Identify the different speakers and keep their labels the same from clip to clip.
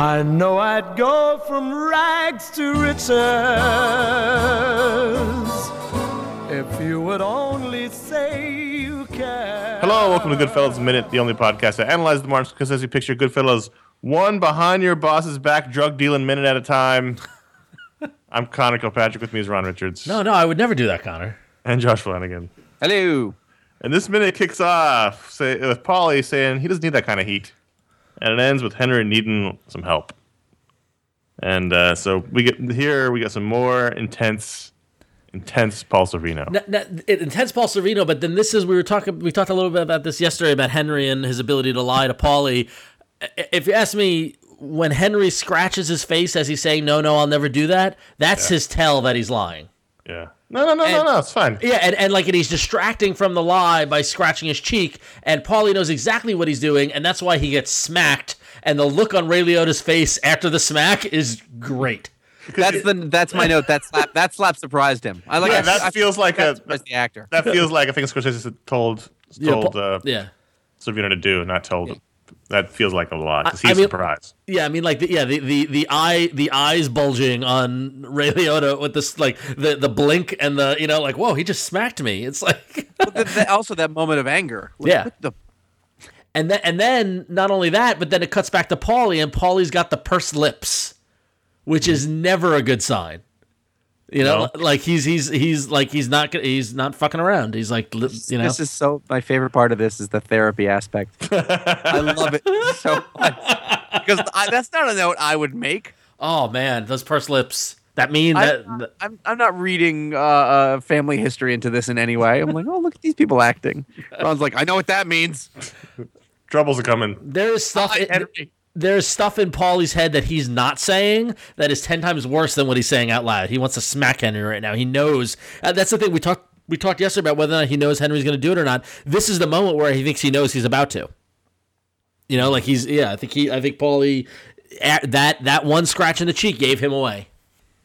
Speaker 1: I know I'd go from rags to riches if you would only say you care.
Speaker 2: Hello, welcome to Goodfellas Minute, the only podcast that analyzes the Martin Scorsese picture Goodfellas one behind your boss's back drug dealing minute at a time. I'm Connor Kilpatrick. With me is Ron Richards
Speaker 3: Oh, No, no, I would never do that, Connor.
Speaker 2: and Josh Flanagan.
Speaker 4: Hello.
Speaker 2: And this minute kicks off say, with Polly saying he doesn't need that kind of heat. And it ends with Henry needing some help. And uh, so we get here, we get some more intense, intense Paul Sorvino.
Speaker 3: That- that- it- intense Paul Sorvino, but then this is we were talking. We talked a little bit about this yesterday about Henry and his ability to lie to Paulie. I- If you ask me, when Henry scratches his face as he's saying "No, no, I'll never do that," that's his tell that he's lying.
Speaker 2: Yeah. No, no, no, no,
Speaker 3: And-
Speaker 2: no. It's fine.
Speaker 3: Yeah, and, and like and he's distracting from the lie by scratching his cheek, and Paulie knows exactly what he's doing, and that's why he gets smacked. And the look on Ray Liotta's face after the smack is great.
Speaker 5: That's the that's my note. That slap that slap surprised him. I like
Speaker 2: Yeah,
Speaker 5: I-
Speaker 2: that
Speaker 5: I-
Speaker 2: feels like
Speaker 5: that
Speaker 2: a-
Speaker 5: surprised the actor.
Speaker 2: That feels like I think Scorsese told told
Speaker 3: Pa-
Speaker 2: uh,
Speaker 3: yeah.
Speaker 2: Sorvino to do, not told. That feels like a lot because
Speaker 3: I-
Speaker 2: he's
Speaker 3: I mean-
Speaker 2: surprised.
Speaker 3: Yeah, I mean, like, the, yeah, the, the the eye the eyes bulging on Ray Liotta with this like the the blink and the you know like whoa he just smacked me. It's like
Speaker 5: But th- th- also that moment of anger. Like,
Speaker 3: Yeah.
Speaker 5: what the-
Speaker 3: And then and then not only that, but then it cuts back to Paulie, and Paulie's got the pursed lips, which is never a good sign. You know, like he's he's he's like he's not gonna- he's not fucking around. He's like li- you know
Speaker 5: This is so. My favorite part of this is the therapy aspect. I love it so much because I, that's not a note I would make.
Speaker 3: Oh man, those pursed lips. That mean that
Speaker 5: I'm not, I'm, I'm not reading uh, uh, family history into this in any way. I'm like, oh, look at these people acting. Ron's like, I know what that means.
Speaker 2: Troubles are coming.
Speaker 3: there is stuff.
Speaker 5: Hi,
Speaker 3: in-
Speaker 5: Henry.
Speaker 3: there's stuff in Paulie's head that he's not saying that is ten times worse than what he's saying out loud. He wants to smack Henry right now. He knows. and that's the thing we talked. We talked yesterday about whether or not he knows Henry's going to do it or not. This is the moment where he thinks he knows he's about to. You know, like he's yeah. I think he. I think Paulie. At that that one scratch in the cheek gave him away.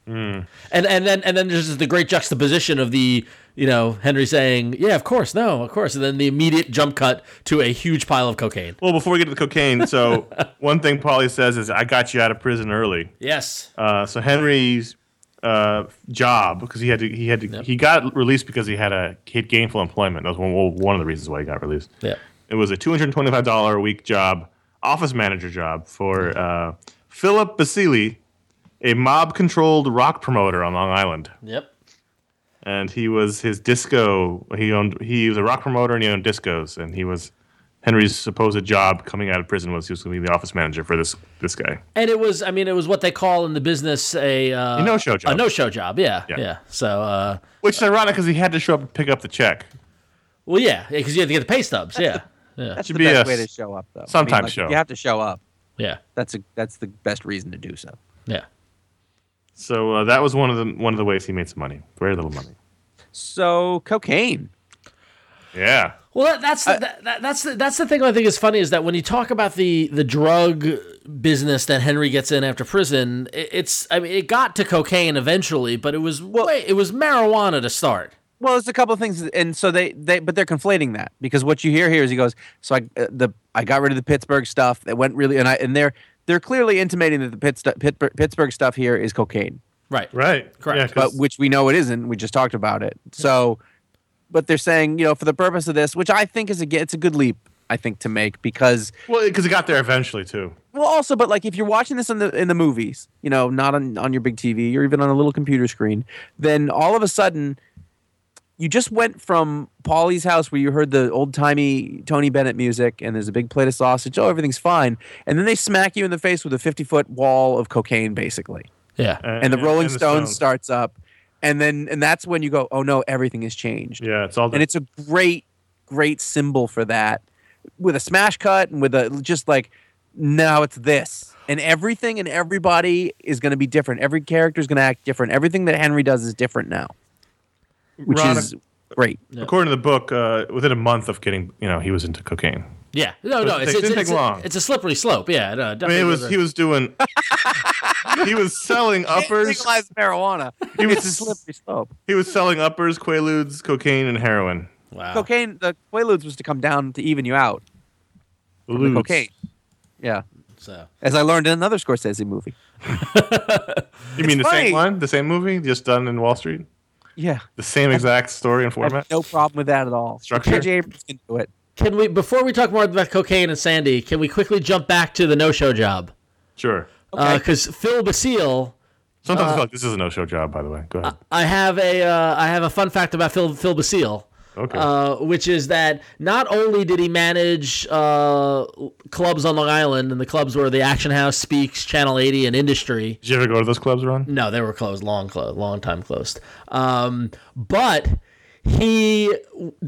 Speaker 5: Hmm.
Speaker 3: And and then and then there's the great juxtaposition of the you know Henry saying yeah of course no of course and then the immediate jump cut to a huge pile of cocaine.
Speaker 2: Well, before we get to the cocaine, so one thing Polly says is, "I got you out of prison early."
Speaker 3: Yes.
Speaker 2: Uh, so Henry's uh, job, because he had to, he had to, he got released because he had a he had gainful employment. That was one, well, one of the reasons why he got released.
Speaker 3: Yeah.
Speaker 2: It was a two hundred twenty five dollar a week job, office manager job for uh, Philip Basili, a mob controlled rock promoter on Long Island.
Speaker 3: Yep.
Speaker 2: and he was his disco. He owned. He was a rock promoter and he owned discos. And he was Henry's supposed job coming out of prison was he was going to be the office manager for this this guy.
Speaker 3: And it was, I mean, it was what they call in the business a, uh,
Speaker 2: A no-show job.
Speaker 3: A no show job, yeah, yeah.
Speaker 2: Yeah.
Speaker 3: So, uh,
Speaker 2: Which is ironic because he had to show up and pick up the check.
Speaker 3: well, yeah, because you have to get the pay stubs, yeah, yeah,
Speaker 5: That's
Speaker 2: Should
Speaker 5: the
Speaker 2: be
Speaker 5: best
Speaker 2: a
Speaker 5: way to
Speaker 2: s-
Speaker 5: show up, though. I mean,
Speaker 2: sometime
Speaker 5: like, if
Speaker 2: show.
Speaker 5: You have to show up.
Speaker 3: yeah,
Speaker 5: That's a that's the best reason to do so.
Speaker 3: yeah.
Speaker 2: So uh, that was one of the one of the ways he made some money. Very little money.
Speaker 5: So cocaine.
Speaker 2: Yeah.
Speaker 3: Well, that, that's the, that, that, that's the, that's the thing I think is funny is that when you talk about the the drug business that Henry gets in after prison, it, it's I mean it got to cocaine eventually, but it was way, it was marijuana to start.
Speaker 5: Well, it's a couple of things, and so they they but they're conflating that because what you hear here is he goes, so I uh, the I got rid of the Pittsburgh stuff that went really, and I and they're they're clearly intimating that the Pitt, Pitt, Pittsburgh stuff here is cocaine,
Speaker 3: Right.
Speaker 2: Right.
Speaker 3: Correct.
Speaker 2: Yeah, 'cause-
Speaker 5: but which we know it isn't. We just talked about it. So, but they're saying you know for the purpose of this, which I think is a g- it's a good leap I think to make because
Speaker 2: well, because he got there eventually too.
Speaker 5: well also but like if you're watching this in the in the movies you know not on on your big tv or even on a little computer screen then all of a sudden you just went from Paulie's house where you heard the old timey Tony Bennett music and there's a big plate of sausage. Oh, everything's fine. And then they smack you in the face with a 50 foot wall of cocaine, basically.
Speaker 3: Yeah.
Speaker 2: Uh,
Speaker 5: And the Rolling Stones
Speaker 2: Stones.
Speaker 5: starts up. And then, and that's when you go, oh no, everything has changed
Speaker 2: Yeah, it's all.
Speaker 5: and it's a great great symbol for that with a smash cut and with a just like now it's this and everything and everybody is going to be different every character is going to act different everything that henry does is different now which
Speaker 2: Ron,
Speaker 5: is great
Speaker 2: according to the book, uh, within a month of getting, you know, he was into cocaine.
Speaker 3: Yeah. No, no.
Speaker 2: It
Speaker 3: It's,
Speaker 2: didn't
Speaker 3: it's,
Speaker 2: take
Speaker 3: it's, a,
Speaker 2: long.
Speaker 3: it's a slippery slope. Yeah. No,
Speaker 2: I mean,
Speaker 3: definitely
Speaker 2: it was he was doing. he was selling uppers.
Speaker 5: legalize marijuana
Speaker 2: He was
Speaker 5: it's a slippery slope
Speaker 2: He was selling uppers, quaaludes, cocaine, and heroin.
Speaker 3: wow.
Speaker 5: cocaine the quaaludes was to come down to even you out the
Speaker 2: Ludes.
Speaker 5: cocaine yeah
Speaker 3: So.
Speaker 5: as i learned in another scorsese movie
Speaker 2: You mean the
Speaker 5: funny.
Speaker 2: same one, the same movie, just done in Wall Street,
Speaker 5: yeah
Speaker 2: the same exact story and
Speaker 5: I have
Speaker 2: format.
Speaker 5: no problem with that at all
Speaker 2: Structure.
Speaker 5: J.J. Abrams can do it
Speaker 3: Can we before we talk more about cocaine and Sandy? Can we quickly jump back to the no-show job?
Speaker 2: Sure.
Speaker 5: Okay.
Speaker 3: Because Phil Basile,
Speaker 2: Sometimes
Speaker 3: Uh,
Speaker 2: I feel like this is a no-show job, by the way. Go ahead.
Speaker 3: I have a uh, I have a fun fact about Phil Phil Basile.
Speaker 2: Okay.
Speaker 3: Uh, which is that not only did he manage uh, clubs on Long Island, and the clubs were the Action House, Speaks, Channel 80, and Industry.
Speaker 2: Did you ever go to those clubs, Ron?
Speaker 3: No, they were closed, long closed, long time closed. Um, but he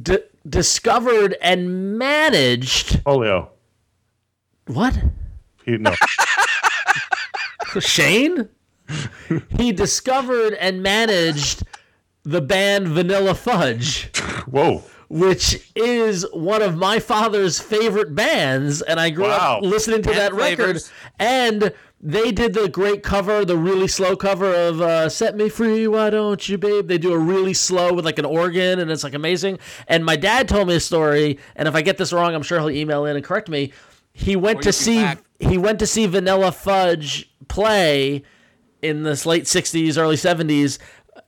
Speaker 3: d- discovered and managed
Speaker 2: Polio.
Speaker 3: what?
Speaker 2: Oh, He, no.
Speaker 3: Shane? he discovered and managed the band Vanilla Fudge,
Speaker 2: Whoa.
Speaker 3: which is one of my father's favorite bands, and I grew
Speaker 2: Wow.
Speaker 3: up listening to that record.
Speaker 5: flavors.
Speaker 3: And they did the great cover, the really slow cover of uh, "Set Me Free, Why Don't You, Babe." They do a really slow with like an organ, and it's like amazing. And my dad told me a story, and if I get this wrong, I'm sure he'll email in and correct me. He went to
Speaker 5: you can
Speaker 3: see
Speaker 5: fact.
Speaker 3: he went to see Vanilla Fudge play in this late 60s, early 70s,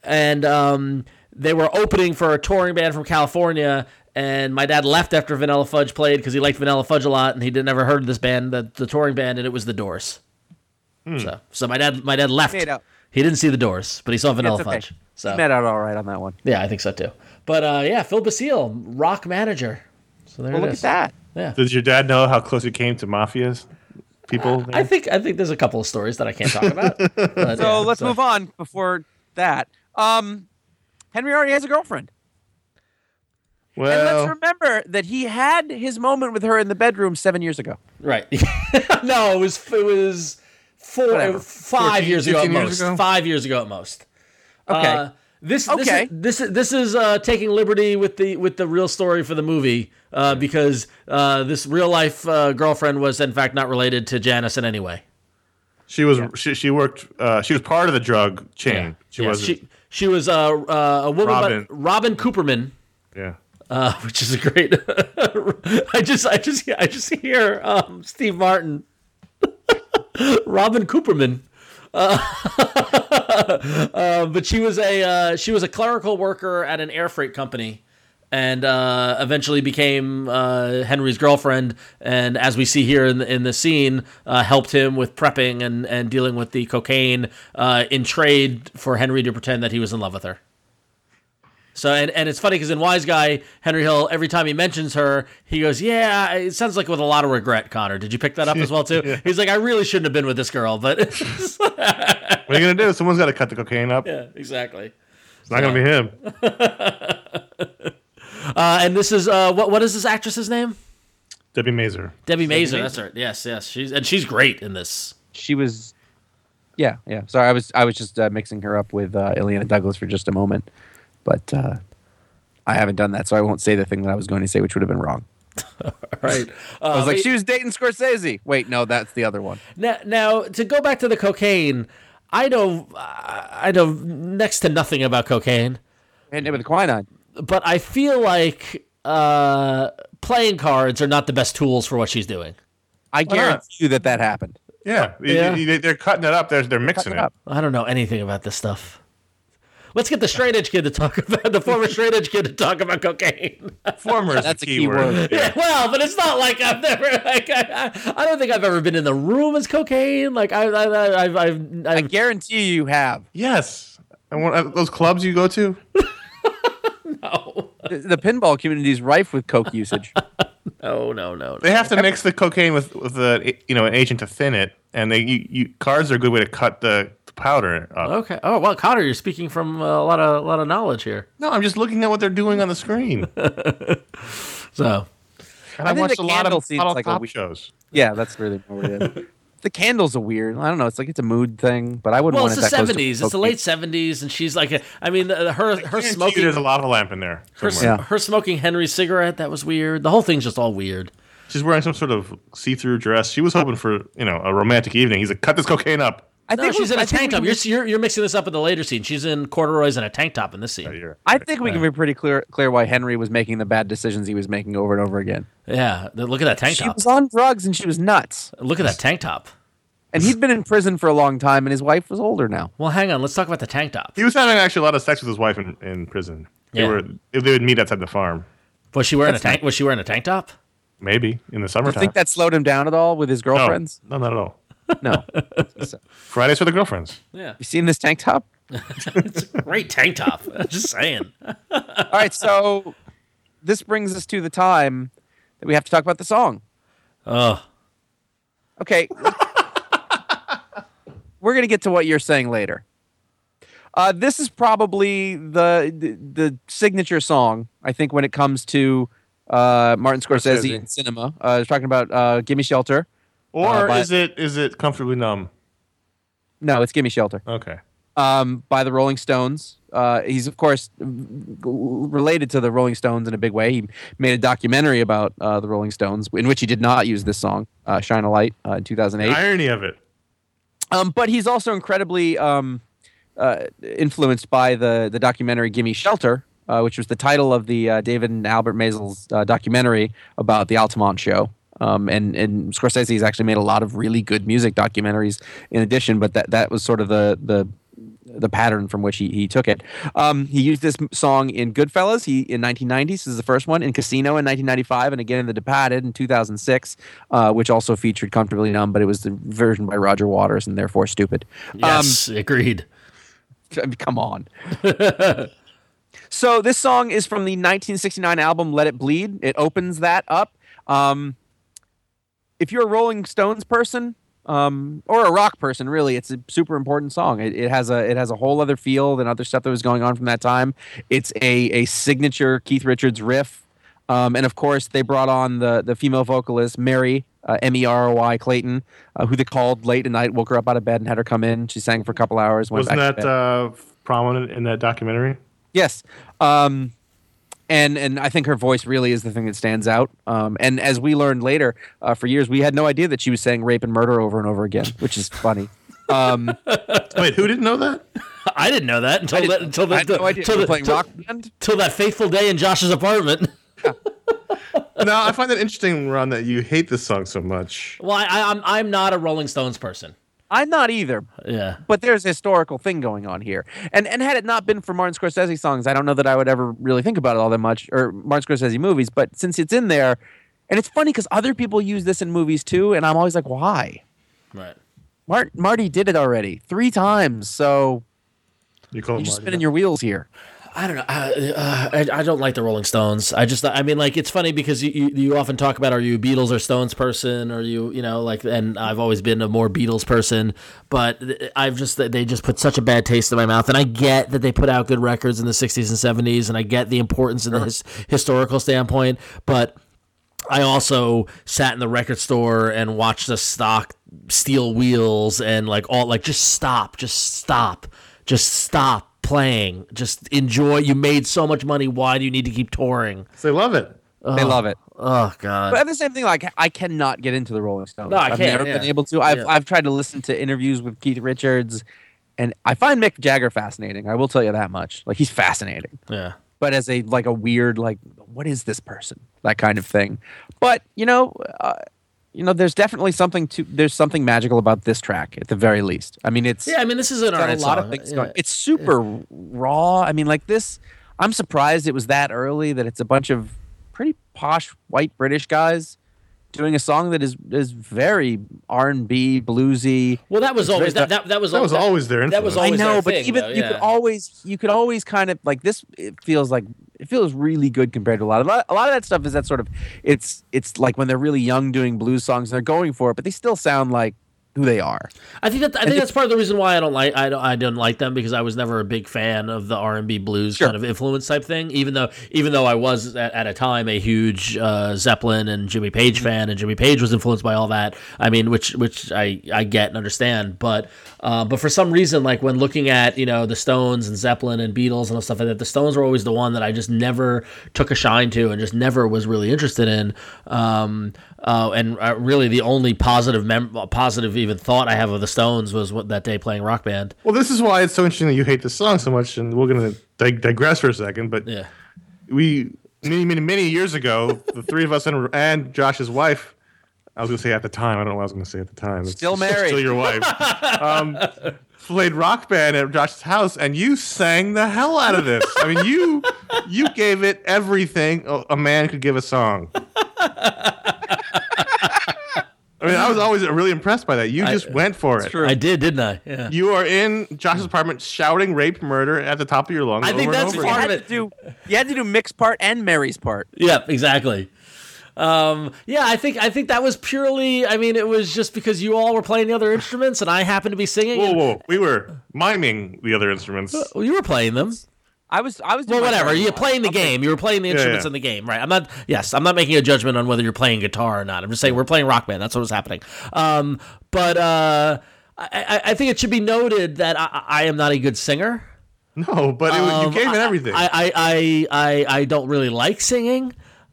Speaker 3: and um, they were opening for a touring band from California, And my dad left after Vanilla Fudge played because he liked Vanilla Fudge a lot, and he did never heard of this band, the, the touring band, and it was the Doors. So, so my dad, my dad left.
Speaker 5: Hmm. Made out.
Speaker 3: He didn't see the Doors, but he saw Vanilla
Speaker 5: It's okay.
Speaker 3: Fudge. So
Speaker 5: Met out all right on that one.
Speaker 3: yeah, I think so too. But uh, yeah, Phil Basile, rock manager. So there it
Speaker 5: Well, look at
Speaker 3: is.
Speaker 5: that.
Speaker 2: Does your dad know how close he came to mafias? People.
Speaker 3: I think I think there's a couple of stories that I can't talk about.
Speaker 5: So let's move on before that. Um, Henry already has a girlfriend. and let's
Speaker 2: well,
Speaker 5: remember that he had his moment with her in the bedroom seven years ago.
Speaker 3: Right. no, it was it was four
Speaker 5: Whatever.
Speaker 3: five
Speaker 2: 14,
Speaker 3: years ago at
Speaker 2: 15 years
Speaker 3: most.
Speaker 2: ago?
Speaker 3: Five years ago at most.
Speaker 5: Okay.
Speaker 3: Uh, this, this
Speaker 5: Okay.
Speaker 3: is, this is this is uh, taking liberty with the with the real story for the movie uh, because uh, this real life uh, girlfriend was in fact not related to Janice in any way.
Speaker 2: she was she, she worked. Uh, she was part of the drug chain. She
Speaker 3: Yes,
Speaker 2: wasn't.
Speaker 3: she she was uh, uh, a woman
Speaker 2: Robin.
Speaker 3: by- Robin Cooperman.
Speaker 2: yeah.
Speaker 3: uh, which is a great. I just, I just, I just hear um, Steve Martin, Robin Cooperman. Uh, uh, but she was a uh, she was a clerical worker at an air freight company, and uh, eventually became uh, Henry's girlfriend. And as we see here in the, in the scene, uh, helped him with prepping and and dealing with the cocaine uh, in trade for Henry to pretend that he was in love with her. So and, and it's funny because in Wise Guy, Henry Hill, every time he mentions her, he goes, "Yeah, it sounds like with a lot of regret." Connor, did you pick that up as well too? He's like, "I really shouldn't have been with this girl," but
Speaker 2: What are you gonna do? Someone's got to cut the cocaine up.
Speaker 3: yeah, exactly.
Speaker 2: It's not gonna be him.
Speaker 3: Uh, and this is uh, what what is this actress's name?
Speaker 2: Debbie Mazer.
Speaker 3: Debbie Mazer. That's her. Yes, yes. She's and she's great in this.
Speaker 5: She was, yeah, yeah. Sorry, I was I was just uh, mixing her up with uh, Ileana Douglas for just a moment, but uh, I haven't done that, so I won't say the thing that I was going to say, which would have been wrong.
Speaker 3: Right.
Speaker 5: I was like, she was dating Scorsese. Wait, no, that's the other one.
Speaker 3: Now, now to go back to the cocaine, I know I know next to nothing about cocaine.
Speaker 5: And with quinine.
Speaker 3: but I feel like uh, playing cards are not the best tools for what she's doing.
Speaker 5: I
Speaker 2: not?
Speaker 5: guarantee you that that happened.
Speaker 2: Yeah.
Speaker 3: Yeah.
Speaker 2: They, are cutting it up. They're they're mixing it.
Speaker 5: up.
Speaker 3: I don't know anything about this stuff. Let's get the straight edge kid to talk about the former straight edge kid to talk about cocaine.
Speaker 2: Former is
Speaker 5: That's
Speaker 2: the
Speaker 5: a key word.
Speaker 2: Yeah.
Speaker 3: Yeah, well, but it's not like I've never. Like, I, I, I don't think I've ever been in the room as cocaine. Like I, I, I, I've, I've,
Speaker 5: I
Speaker 3: I've
Speaker 5: guarantee you have.
Speaker 2: Yes. And one, uh, those clubs you go to.
Speaker 5: The, the pinball community is rife with coke usage.
Speaker 3: no, oh, no, no.
Speaker 2: They have to mix the cocaine with with the you know an agent to thin it, and they you, you cards are a good way to cut the, the powder up.
Speaker 3: Okay. Oh well, Connor, you're speaking from uh, a lot of, a lot of knowledge here.
Speaker 2: No, I'm just looking at what they're doing on the screen. And
Speaker 3: So
Speaker 2: I,
Speaker 5: think
Speaker 2: watched
Speaker 5: the
Speaker 2: a lot of
Speaker 5: candle scene's
Speaker 2: lot of
Speaker 5: like a
Speaker 2: top
Speaker 5: weird-
Speaker 2: shows.
Speaker 5: yeah, that's really what it is. The candles are weird. I don't know. It's like it's a mood thing, but I wouldn't
Speaker 3: Well,
Speaker 5: want
Speaker 3: it's
Speaker 5: it
Speaker 3: the
Speaker 5: that close to
Speaker 3: seventies. It's the
Speaker 5: cocaine.
Speaker 3: late seventies, and she's like, a, I mean, the, the- her her
Speaker 2: Guarantee you
Speaker 3: smoking,
Speaker 2: There's a lava lamp in there.
Speaker 3: her,
Speaker 2: somewhere.
Speaker 5: Yeah.
Speaker 3: her smoking Henry's cigarette. That was weird. The whole thing's just all weird.
Speaker 2: She's wearing some sort of see-through dress. She was hoping for you know a romantic evening. He's like, cut this cocaine up.
Speaker 5: I
Speaker 3: No, she's
Speaker 5: we-
Speaker 3: in a
Speaker 5: I think
Speaker 3: tank
Speaker 5: we
Speaker 3: top.
Speaker 5: can
Speaker 3: You're,
Speaker 5: be-
Speaker 3: you're you're mixing this up in the later scene. She's in corduroys and a tank top in this scene.
Speaker 2: Here.
Speaker 5: I think we can be pretty clear clear why Henry was making the bad decisions he was making over and over again.
Speaker 3: Yeah, th- look at that tank
Speaker 5: She
Speaker 3: top.
Speaker 5: was on drugs and she was nuts,
Speaker 3: Look at that tank top.
Speaker 5: and he'd been in prison for a long time, and his wife was older now.
Speaker 3: Well, hang on. Let's talk about the tank top.
Speaker 2: He was having actually a lot of sex with his wife in, in prison. They
Speaker 3: Yeah.
Speaker 2: were they would meet outside the farm,
Speaker 3: Was she wearing a tank? Was she wearing a tank top?
Speaker 2: maybe in the
Speaker 5: Do
Speaker 2: summertime.
Speaker 5: you think that slowed him down at all with his
Speaker 2: no,
Speaker 5: girlfriends?
Speaker 2: no, not at all.
Speaker 5: No.
Speaker 2: Fridays for the girlfriends.
Speaker 3: Yeah,
Speaker 5: you seen this tank top?
Speaker 3: great tank top. Um, just saying.
Speaker 5: All right, so this brings us to the time that we have to talk about the song.
Speaker 3: Oh,
Speaker 5: Okay. We're going to get to what you're saying later. Uh, this is probably the, the the signature song, I think, when it comes to uh, Martin Scorsese,
Speaker 2: Scorsese.
Speaker 5: in cinema. Uh, I was talking about uh, Gimme Shelter. Uh,
Speaker 2: Or
Speaker 5: but-
Speaker 2: is it is it comfortably numb?
Speaker 5: No, it's Gimme Shelter.
Speaker 2: Okay.
Speaker 5: um, by the Rolling Stones. Uh, he's of course related to the Rolling Stones in a big way. He made a documentary about uh, the Rolling Stones in which he did not use this song, uh, "Shine a Light," uh, in
Speaker 2: The
Speaker 5: 2008.
Speaker 2: irony of it.
Speaker 5: Um, but he's also incredibly um, uh, influenced by the the documentary "Gimme Shelter," uh, which was the title of the uh, David and Albert Maisel's uh, documentary about the Altamont show. Um, and and Scorsese's actually made a lot of really good music documentaries in addition, but that that was sort of the the the pattern from which he, he took it. Um, he used this m- song in Goodfellas he, in 1990. This is the first one in Casino in 1995, and again in The Departed in 2006, uh, which also featured "Comfortably Numb," but it was the version by Roger Waters and therefore stupid.
Speaker 3: Yes, agreed.
Speaker 5: I mean, come on. so this song is from the 1969 album Let It Bleed. It opens that up. Um, if you're a Rolling Stones person um, or a rock person, really, it's a super important song. It, it has a it has a whole other feel than other stuff that was going on from that time. It's a a signature Keith Richards riff, um, and of course they brought on the the female vocalist Mary. Uh, M E R O I Clayton, uh, who they called late at night, woke her up out of bed and had her come in. She sang for a couple hours. Went
Speaker 2: Wasn't
Speaker 5: back
Speaker 2: that
Speaker 5: to bed.
Speaker 2: uh, prominent in that documentary?
Speaker 5: Yes. Um, and and I think her voice really is the thing that stands out. Um, and as we learned later, uh, for years we had no idea that she was saying rape and murder over and over again, which is funny. Um,
Speaker 2: Wait, who didn't know that?
Speaker 3: I didn't know that until that, until the,
Speaker 5: I had no idea she
Speaker 3: till
Speaker 5: was
Speaker 3: the-
Speaker 5: playing
Speaker 3: till-
Speaker 5: rock band.
Speaker 3: till that fateful day in Josh's apartment.
Speaker 2: no, I find that interesting, Ron, that you hate this song so much.
Speaker 3: Well, I, I, I'm I'm not a Rolling Stones person.
Speaker 5: I'm not either,
Speaker 3: Yeah,
Speaker 5: but there's a historical thing going on here. And and had it not been for Martin Scorsese songs, I don't know that I would ever really think about it all that much, or Martin Scorsese movies. But since it's in there, and it's funny because other people use this in movies too, and I'm always like, why?
Speaker 3: right.
Speaker 5: Mart- Marty did it already three times, so
Speaker 2: You call
Speaker 5: you're
Speaker 2: it
Speaker 5: just
Speaker 2: Marty.
Speaker 5: spinning your wheels here.
Speaker 3: I don't know. I, uh, I, I don't like the Rolling Stones. I just, I mean, like it's funny because you, you you often talk about are you a Beatles or Stones person, or you you know like, and I've always been a more Beatles person, but th- I've just they just put such a bad taste in my mouth. And I get that they put out good records in the '60s and '70s, and I get the importance in the his, historical standpoint, but. I also sat in the record store and watched the stock steel wheels and like all like just stop, just stop, just stop playing. Just enjoy. You made so much money. Why do you need to keep touring?
Speaker 2: They love it.
Speaker 5: They love it.
Speaker 3: Oh god.
Speaker 5: But at the same thing, like I cannot get into the Rolling Stones.
Speaker 3: No, I
Speaker 5: have
Speaker 3: can't,
Speaker 5: never
Speaker 3: yeah.
Speaker 5: been able to. I've
Speaker 3: Yeah.
Speaker 5: I've tried to listen to interviews with Keith Richards, and I find Mick Jagger fascinating. I will tell you that much. Like he's fascinating,
Speaker 3: Yeah.
Speaker 5: but as a like a weird like what is this person that kind of thing. But you know, uh, you know, there's definitely something to there's something magical about this track at the very least. I mean, it's
Speaker 3: Yeah, I mean this is an
Speaker 5: got
Speaker 3: alright
Speaker 5: a lot
Speaker 3: song.
Speaker 5: of things
Speaker 3: Yeah.
Speaker 5: going. It's super raw. I mean, like this. I'm surprised it was that early. That it's a bunch of pretty posh white British guys doing a song that is is very R and B bluesy.
Speaker 3: Well, that was always that, that, that was
Speaker 2: That was
Speaker 3: that-
Speaker 2: always their
Speaker 3: That
Speaker 2: influence.
Speaker 3: was
Speaker 5: I
Speaker 3: always
Speaker 5: know,
Speaker 3: their
Speaker 5: but
Speaker 3: thing,
Speaker 5: even
Speaker 3: though,
Speaker 5: you
Speaker 3: yeah.
Speaker 5: could always you could always kind of like this. It feels like it feels really good compared to a lot. A lot, a lot of that stuff is that sort of it's it's like when they're really young doing blues songs and they're going for it, but they still sound like who they are.
Speaker 3: I think that I think that's part of the reason why I don't like I don't I don't like them because I was never a big fan of the R and B blues kind of influence type thing. Even though even though I was at, at a time a huge uh, Zeppelin and Jimmy Page fan, and Jimmy Page was influenced by all that. I mean, which which I I get and understand, but uh, but for some reason, like when looking at you know the Stones and Zeppelin and Beatles and stuff like that, the Stones were always the one that I just never took a shine to and just never was really interested in. Um, uh, and uh, really, the only positive mem- positive even thought I have of the Stones was what, that day playing Rock Band.
Speaker 2: Well, this is why it's so interesting that you hate this song so much, and we're going to dig- digress for a second. But
Speaker 3: Yeah,
Speaker 2: we many many many years ago, the three of us and, and Josh's wife. I was going to say at the time. I don't know what I was going to say at the time. It's
Speaker 5: Still married.
Speaker 2: Still your wife. Um, played rock band at Josh's house, and you sang the hell out of this. I mean, you you gave it everything a, a man could give a song. I mean, I was always really impressed by that. You just went for it.
Speaker 3: I did, didn't I? Yeah.
Speaker 2: You are in Josh's apartment shouting rape murder at the top of your lungs.
Speaker 3: I think
Speaker 2: over
Speaker 3: that's
Speaker 2: and over
Speaker 5: You
Speaker 3: part
Speaker 2: again.
Speaker 5: had to do you had to do Mick's part and Mary's part.
Speaker 3: Yeah, exactly. Um, yeah, I think I think that was purely. I mean, it was just because you all were playing the other instruments and I happened to be singing.
Speaker 2: Whoa,
Speaker 3: and-
Speaker 2: whoa! We were miming the other instruments.
Speaker 3: Well, you were playing them.
Speaker 5: I was I was
Speaker 3: Well,
Speaker 5: doing my
Speaker 3: whatever.
Speaker 5: part.
Speaker 3: You're playing the game. You were playing the instruments
Speaker 2: yeah.
Speaker 3: in the game, right? I'm not. Yes, I'm not making a judgment on whether you're playing guitar or not. I'm just saying we're playing rock band. That's what was happening. Um, but uh, I- I, I think it should be noted that I, I I am not a good singer.
Speaker 2: No, but it, was
Speaker 3: Um,
Speaker 2: you gave it
Speaker 3: I-
Speaker 2: everything.
Speaker 3: I I, I, I I don't really like singing.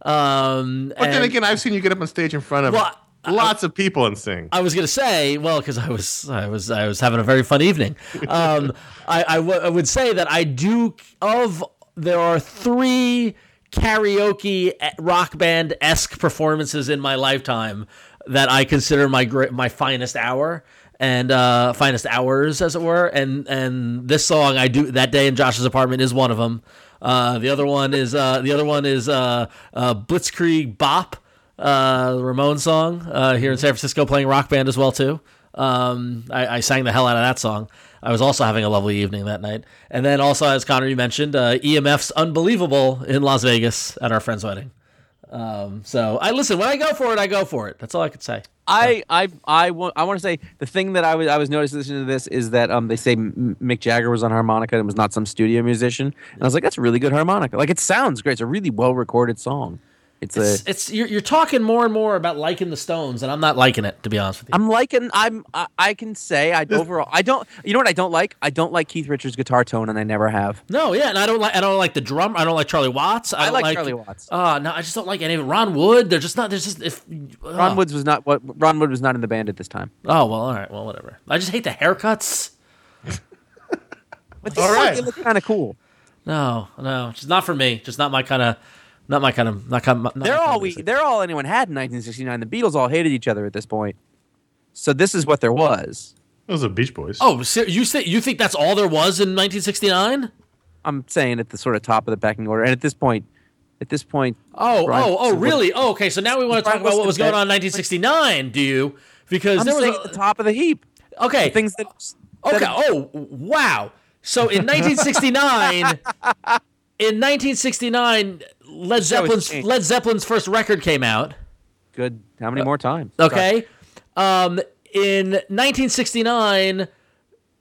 Speaker 3: Um,
Speaker 2: but then
Speaker 3: and-
Speaker 2: again, I've seen you get up on stage in front of
Speaker 3: Well, I-
Speaker 2: lots of people and sing.
Speaker 3: I was gonna say, well, because I was, I was, I was having a very fun evening. Um, I, I, w- I would say that I do. Of there are three karaoke eh, rock band esque performances in my lifetime that I consider my gre- my finest hour, and uh, finest hours, as it were. And and this song I do that day in Josh's apartment is one of them. Uh, the other one is uh, the other one is uh, uh, Blitzkrieg Bop, uh, Ramon song uh, here in San Francisco, playing rock band as well too. Um, I, I sang the hell out of that song. I was also having a lovely evening that night. And then also, as Connor you mentioned, uh, EMF's Unbelievable in Las Vegas at our friend's wedding. Um, so I listen when I go for it, I go for it. That's all I could say.
Speaker 5: I I I want I want to say the thing that I was I was noticing listening to this is that um they say M- Mick Jagger was on harmonica and was not some studio musician and I was like that's a really good harmonica like it sounds great it's a really well recorded song it's, a
Speaker 3: It's, it's you're, you're talking more and more about liking the Stones, and I'm not liking it to be honest with you.
Speaker 5: I'm liking I'm I, I can say I overall I don't you know what I don't like I don't like Keith Richards guitar tone and I never have
Speaker 3: no, yeah, and I don't like I don't like the drum. I don't like Charlie Watts. I, don't
Speaker 5: like Charlie Watts.
Speaker 3: Uh, no, I just don't like any of it. Ron Wood. They're just not. There's just if
Speaker 5: Ron
Speaker 3: ugh.
Speaker 5: Woods was not what Ron Wood was not in the band at this time
Speaker 3: Oh well, all right, well, whatever. I just hate the haircuts.
Speaker 5: but they
Speaker 2: All
Speaker 5: look-
Speaker 2: right.
Speaker 5: they look kind of cool
Speaker 3: No, no, just not for me. Just not my kind of. Not my kind of. Not kind. Not my
Speaker 5: they're
Speaker 3: kind
Speaker 5: all
Speaker 3: of
Speaker 5: we
Speaker 3: music.
Speaker 5: they're all anyone had in 1969 the Beatles all hated each other at this point so this is what there was.
Speaker 2: Those are Beach Boys.
Speaker 3: Oh, ser- you say you think that's all there was in 1969?
Speaker 5: I'm saying at the sort of top of the pecking order, and at this point, at this point,
Speaker 3: Oh,
Speaker 5: Brian-
Speaker 3: oh, oh, really? Oh, okay. So now we want to talk
Speaker 5: Brian
Speaker 3: about what
Speaker 5: Wilson
Speaker 3: was going
Speaker 5: said-
Speaker 3: on in 1969. Do you? Because
Speaker 5: I'm
Speaker 3: there
Speaker 5: saying
Speaker 3: was
Speaker 5: at the
Speaker 3: a,
Speaker 5: top of the heap.
Speaker 3: okay
Speaker 5: Things that, that-
Speaker 3: Okay. Oh, wow. So in 1969, in 1969, Led Zeppelin's
Speaker 5: changed.
Speaker 3: Led Zeppelin's first record came out.
Speaker 5: good. How many more times?
Speaker 3: Uh, Okay. Um, in 1969,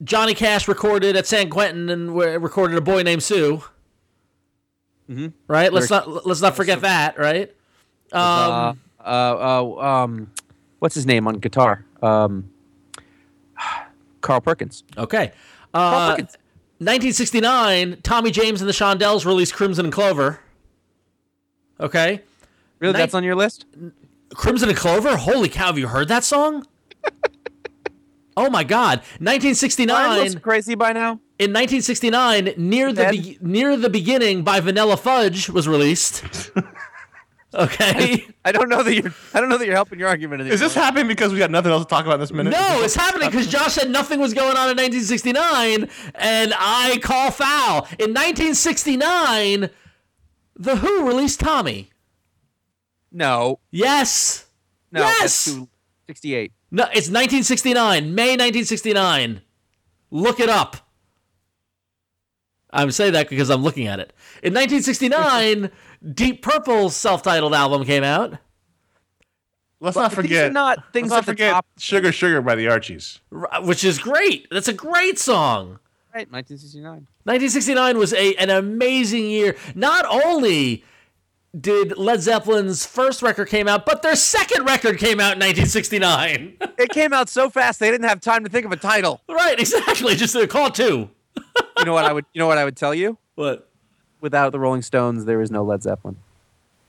Speaker 3: Johnny Cash recorded at San Quentin and w- recorded a boy named Sue. Right. Let's not let's not forget that. Right. Um,
Speaker 5: Uh, uh, um, what's his name on guitar? Um, Carl Perkins.
Speaker 3: okay. Uh,
Speaker 5: Perkins.
Speaker 3: 1969, Tommy James and the Shondells released Crimson and Clover. Okay.
Speaker 5: Really,
Speaker 3: Nin-
Speaker 5: that's on your list?
Speaker 3: Crimson and Clover? Holy cow, have you heard that song? oh my god. 1969
Speaker 5: Brian Wilson crazy by now.
Speaker 3: in 1969 near the
Speaker 5: Dead.
Speaker 3: be- near the beginning by Vanilla Fudge was released. okay.
Speaker 5: I don't know that you're. I don't know that you're helping your argument.
Speaker 2: Is this happening because we got nothing else to talk about this minute?
Speaker 3: No, it's happening because Josh said nothing was going on in 1969, and I call foul. In 1969, The Who released Tommy.
Speaker 5: no?
Speaker 3: Yes.
Speaker 5: No.
Speaker 3: Yes!
Speaker 5: That's too, Sixty-eight.
Speaker 3: No, it's 1969, May 1969. Look it up. I'm saying that because I'm looking at it. In 1969, Deep Purple's self-titled album came out.
Speaker 2: Let's not
Speaker 5: These
Speaker 2: forget.
Speaker 5: are not
Speaker 2: let's
Speaker 5: things
Speaker 2: not
Speaker 5: at the
Speaker 2: forget
Speaker 5: top.
Speaker 2: Sugar Sugar by the Archies.
Speaker 3: r- Which is great. That's a great song.
Speaker 5: Right, 1969.
Speaker 3: 1969 was a an amazing year. Not only did Led Zeppelin's first record came out, but their second record came out in 1969.
Speaker 5: It came out so fast they didn't have time to think of a title.
Speaker 3: right, exactly. Just a call two.
Speaker 5: You know what I would? You know what I would tell you?
Speaker 3: What?
Speaker 5: without the Rolling Stones, there is no Led Zeppelin.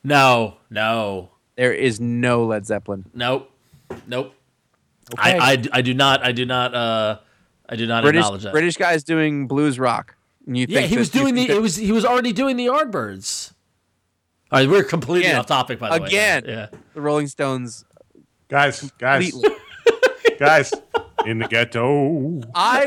Speaker 3: No, no.
Speaker 5: There is no Led Zeppelin.
Speaker 3: Nope. Nope.
Speaker 5: Okay.
Speaker 3: I, I, I do not I do not uh I do not
Speaker 5: British
Speaker 3: acknowledge that.
Speaker 5: British guys doing blues rock. And you
Speaker 3: yeah,
Speaker 5: think
Speaker 3: he was
Speaker 5: that- you
Speaker 3: doing the
Speaker 5: think
Speaker 3: it was he was already doing the Yardbirds. All right, we're completely
Speaker 5: Again.
Speaker 3: off topic by the
Speaker 5: Again.
Speaker 3: way. Yeah.
Speaker 5: that the Rolling Stones.
Speaker 2: Guys, guys,
Speaker 5: Completely.
Speaker 2: guys, in the ghetto.
Speaker 5: I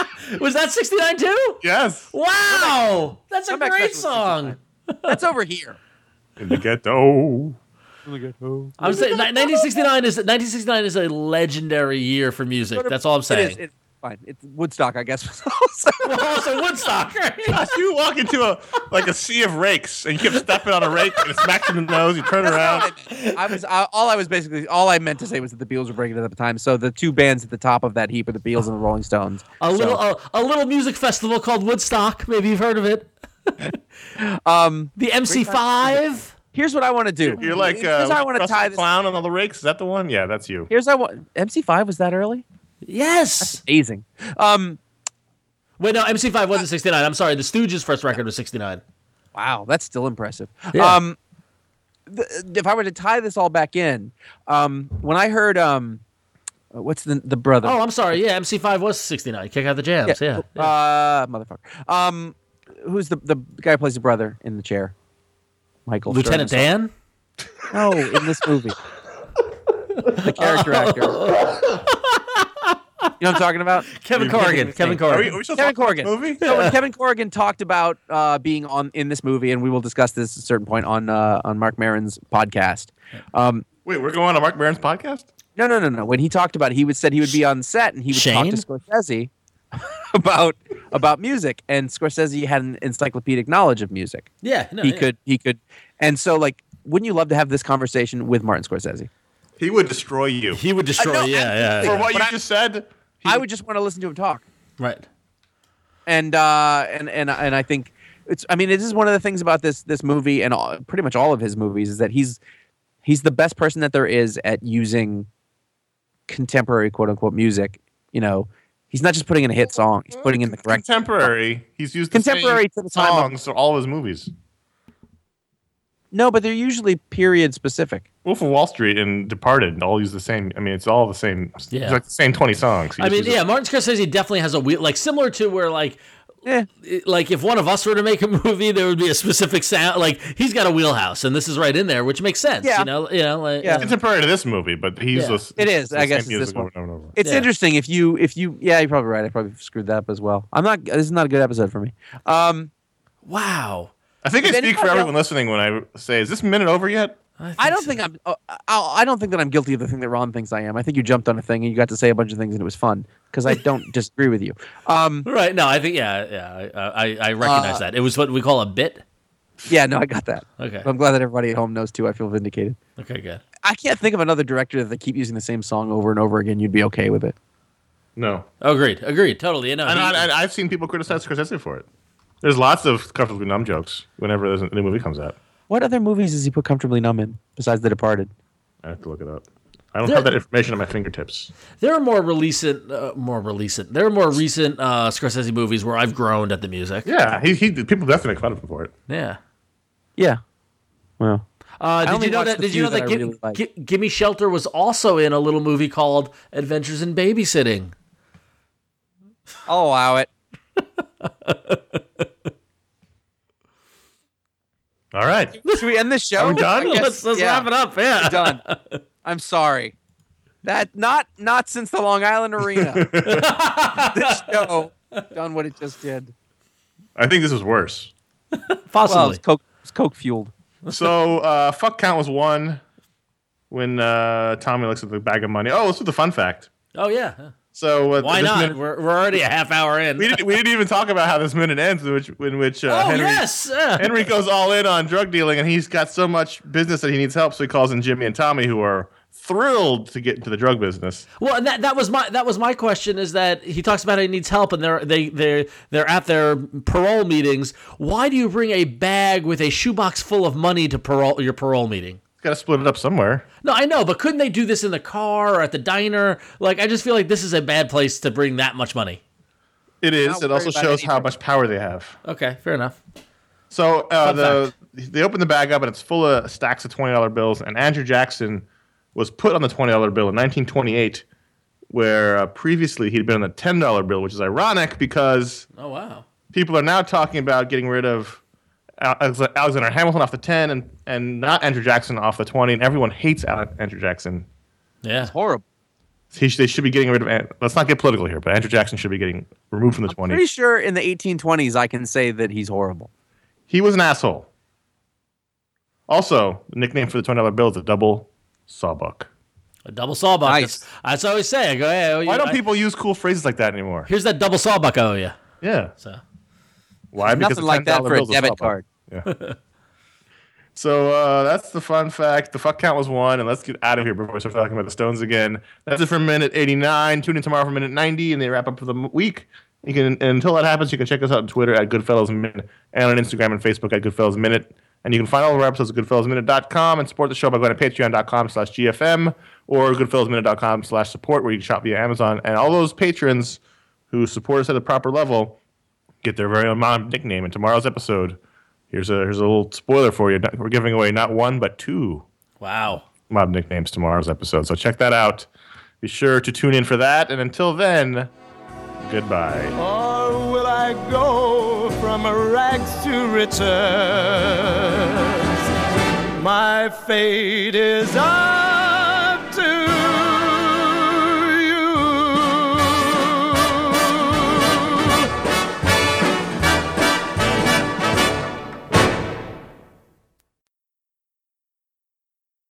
Speaker 5: want
Speaker 3: Was that 69 too?
Speaker 2: Yes,
Speaker 3: Wow. That's a
Speaker 5: Come back
Speaker 3: great
Speaker 5: special
Speaker 3: song.
Speaker 5: that's over here.
Speaker 2: in the ghetto.
Speaker 3: I'm saying ni- 1969 is 1969 is a legendary year for music. That's all I'm
Speaker 5: It
Speaker 3: saying.
Speaker 5: is. It's fine. It's Woodstock, I guess. was also-
Speaker 3: Well, also Woodstock. right?
Speaker 2: You walk into a like a sea of rakes, and you keep stepping on a rake, and it smacks you in the nose. You turn around.
Speaker 5: I was I, all I was basically all I meant to say was that the Beatles were breaking it up at the time. So the two bands at the top of that heap are the Beatles and the Rolling Stones.
Speaker 3: A
Speaker 5: So,
Speaker 3: little a, a little music festival called Woodstock. Maybe you've heard of it.
Speaker 5: um,
Speaker 3: The MC5.
Speaker 5: here's what I want to do.
Speaker 2: You're like uh,
Speaker 5: here's how I want to
Speaker 2: Russell
Speaker 5: tie this.
Speaker 2: clown on all the rakes. Is that the one? Yeah, that's you.
Speaker 5: Here's how I want. MC5 was that early?
Speaker 3: Yes.
Speaker 5: Amazing. Um,
Speaker 3: Wait, no, MC5 wasn't 69. I'm sorry. The Stooges' first record was 69.
Speaker 5: Wow, that's still impressive.
Speaker 3: Yeah.
Speaker 5: Um, th- if I were to tie this all back in, um, when I heard um, what's the the brother?
Speaker 3: Oh, I'm sorry. Yeah, MC5 was 69. Kick out the jams. Yeah. yeah.
Speaker 5: Uh, motherfucker. Um, who's the the guy who plays the brother in the chair? Michael
Speaker 3: Lieutenant
Speaker 5: Sherman.
Speaker 3: Dan?
Speaker 5: No, in this movie. the character actor. you know what I'm talking about?
Speaker 3: Kevin Corrigan. Kevin
Speaker 2: Are we,
Speaker 3: Corrigan.
Speaker 2: are we still
Speaker 5: Kevin
Speaker 2: talking
Speaker 5: Corrigan.
Speaker 2: about the movie?
Speaker 5: So when Kevin Corrigan talked about uh, being on in this movie, and we will discuss this at a certain point on uh, on Mark Maron's podcast. Um,
Speaker 2: Wait, we're going on Mark Maron's podcast?
Speaker 5: no, no, no, no. When he talked about, it, he would said he would be on set and he would
Speaker 3: Shane?
Speaker 5: talk to Scorsese about about music, and Scorsese had an encyclopedic knowledge of music.
Speaker 3: yeah, no,
Speaker 5: he
Speaker 3: yeah.
Speaker 5: could, he could, and so like, wouldn't you love to have this conversation with Martin Scorsese?
Speaker 2: He would destroy you.
Speaker 3: He would destroy.
Speaker 5: Uh, no,
Speaker 3: yeah, yeah,
Speaker 2: For
Speaker 3: yeah.
Speaker 2: what
Speaker 5: But
Speaker 2: you
Speaker 5: I-
Speaker 2: just said, he
Speaker 5: I would just want to listen to him talk.
Speaker 3: Right.
Speaker 5: and uh, and and and I think it's. I mean, it is one of the things about this this movie and all, pretty much all of his movies is that he's he's the best person that there is at using contemporary quote unquote music. You know, he's not just putting in a hit song; he's putting in the correct
Speaker 2: contemporary. He's used the
Speaker 5: Contemporary
Speaker 2: same
Speaker 5: to the time of-
Speaker 2: songs for all his movies.
Speaker 5: No, but they're usually period specific.
Speaker 2: Wolf of Wall Street and Departed all use the same. I mean, it's all the same.
Speaker 3: Yeah.
Speaker 2: It's like the same twenty songs. He
Speaker 3: I
Speaker 2: just
Speaker 3: mean,
Speaker 2: uses-
Speaker 3: yeah, Martin Scorsese definitely has a wheel, like similar to where like.
Speaker 5: Yeah.
Speaker 3: it- Like if one of us were to make a movie, there would be a specific sound. Like he's got a wheelhouse, and this is right in there, which makes sense.
Speaker 5: Yeah.
Speaker 3: You know, you know, like,
Speaker 5: Yeah.
Speaker 3: you know.
Speaker 2: contemporary to this movie, but he's
Speaker 3: Yeah.
Speaker 2: just
Speaker 5: It is,
Speaker 2: the
Speaker 5: I
Speaker 2: same
Speaker 5: guess, it's
Speaker 2: music
Speaker 5: this one.
Speaker 2: over and over and over.
Speaker 5: It's
Speaker 3: Yeah.
Speaker 5: interesting if you if you yeah you're probably right. I probably screwed that up as well. I'm not. This is not a good episode for me. Um,
Speaker 3: Wow.
Speaker 2: I think I
Speaker 5: If
Speaker 2: speak for
Speaker 5: anybody
Speaker 2: everyone listening when I say, "Is this minute over yet?"
Speaker 5: I don't think I'm. Uh, I I don't think that I'm guilty of the thing that Ron thinks I am. I think you jumped on a thing and you got to say a bunch of things and it was fun because I don't disagree with you. Um,
Speaker 3: Right. No, I think yeah, yeah. I I, I recognize
Speaker 5: Uh,
Speaker 3: that. It was what we call a bit.
Speaker 5: yeah, no, I got that.
Speaker 3: Okay.
Speaker 5: I'm glad that everybody at home knows too. I feel vindicated.
Speaker 3: Okay. Good.
Speaker 5: I can't think of another director that they keep using the same song over and over again. You'd be okay with it.
Speaker 2: No,
Speaker 3: Agreed. Agreed. Totally. You know.
Speaker 2: and,
Speaker 3: he-
Speaker 2: I, and I've seen people criticize Scorsese for it. There's lots of comfortably numb jokes whenever there's a new movie comes out.
Speaker 5: What other movies does he put comfortably numb in besides The Departed?
Speaker 2: I have to look it up. I don't
Speaker 3: There-
Speaker 2: have that information at my fingertips.
Speaker 3: There are more recent, uh, more recent. There are more recent uh, Scorsese movies where I've groaned at the music.
Speaker 2: Yeah, he, he people definitely make fun of him for it.
Speaker 3: Yeah.
Speaker 5: Yeah. Well,
Speaker 3: Uh, did
Speaker 5: only
Speaker 3: you know
Speaker 5: watched
Speaker 3: that?
Speaker 5: the
Speaker 3: Did you
Speaker 5: few
Speaker 3: know
Speaker 5: that
Speaker 3: that?
Speaker 5: I
Speaker 3: Gi-
Speaker 5: really like.
Speaker 3: Gi- Gimme Shelter was also in a little movie called Adventures in Babysitting.
Speaker 5: I'll allow it.
Speaker 2: All right,
Speaker 5: Should we end this show?
Speaker 2: Are we done?
Speaker 5: I guess-
Speaker 3: let's let's
Speaker 5: yeah.
Speaker 3: wrap it up. Yeah.
Speaker 5: done. I'm sorry. That not not since the Long Island Arena. this show done what it just did.
Speaker 2: I think this was worse.
Speaker 5: Well,
Speaker 3: Possibly.
Speaker 5: it's coke, it's coke fueled.
Speaker 2: so uh, fuck count was one when uh, Tommy looks at the bag of money. Oh, let's do the fun fact.
Speaker 3: oh yeah.
Speaker 2: So uh,
Speaker 3: Why
Speaker 2: this
Speaker 3: not?
Speaker 2: minute-
Speaker 3: we're, we're already a half hour in.
Speaker 2: we, didn't, we didn't even talk about how this minute ends, in which in which uh,
Speaker 3: oh
Speaker 2: Henry
Speaker 3: yes. Yeah.
Speaker 2: Henry goes all in on drug dealing, and he's got so much business that he needs help. So he calls in Jimmy and Tommy, who are thrilled to get into the drug business.
Speaker 3: Well, and that, that was my that was my question is that he talks about he needs help and they're they they they're at their parole meetings. Why do you bring a bag with a shoebox full of money to parole your parole meeting?
Speaker 2: Got to split it up somewhere.
Speaker 3: No, I know, but couldn't they do this in the car or at the diner? Like, I just feel like this is a bad place to bring that much money.
Speaker 2: It is.
Speaker 5: Not
Speaker 2: It also
Speaker 5: worried about
Speaker 2: shows how
Speaker 5: anything.
Speaker 2: much power they have.
Speaker 3: Okay, fair enough.
Speaker 2: So uh,
Speaker 3: Fun
Speaker 2: the they open the bag up, and it's full of stacks of twenty dollar bills. And Andrew Jackson was put on the twenty dollar bill in 1928, where uh, previously he'd been on the ten dollar bill, which is ironic because
Speaker 3: Oh wow.
Speaker 2: people are now talking about getting rid of Alex- Alexander Hamilton off the 10 and, and not Andrew Jackson off the 20, and everyone hates Ale- Andrew Jackson.
Speaker 3: Yeah.
Speaker 5: Horrible.
Speaker 2: He sh- they should be getting rid of. An- Let's not get political here, but Andrew Jackson should be getting removed from the 20.
Speaker 5: Pretty sure in the 1820s I can say that he's horrible.
Speaker 2: he was an asshole. Also, the nickname for the $20 bill is a double sawbuck.
Speaker 3: A double sawbuck.
Speaker 5: Nice.
Speaker 3: That's, that's what I always say. I go, hey, oh, you-
Speaker 2: Why don't
Speaker 3: I-
Speaker 2: people use cool phrases like that anymore?
Speaker 3: Here's that double sawbuck I owe you.
Speaker 2: Yeah.
Speaker 3: So
Speaker 2: Why? Because
Speaker 5: Nothing
Speaker 2: the
Speaker 5: like that
Speaker 2: $10
Speaker 5: for a
Speaker 2: bill's
Speaker 5: debit
Speaker 2: sawbuck.
Speaker 5: card.
Speaker 2: So uh, that's the fun fact. The fuck count was one, and let's get out of here before we start talking about the Stones again. That's it for minute 89. Tune in tomorrow for minute 90, and they wrap up for the m- week. You can and until that happens, you can check us out on Twitter at Goodfellas Minute and on Instagram and Facebook at Goodfellas Minute. And you can find all of our episodes at goodfellasminute.com and support the show by going to patreon.com slash GFM or goodfellasminute.com slash support where you can shop via Amazon. And all those patrons who support us at the proper level get their very own mom nickname in tomorrow's episode. Here's a here's a little spoiler for you. Not- We're giving away not one but two
Speaker 3: wow.
Speaker 2: mob nicknames tomorrow's episode. So check that out. Be sure to tune in for that. And until then, goodbye.
Speaker 1: Or will I go from rags to riches? My fate is on.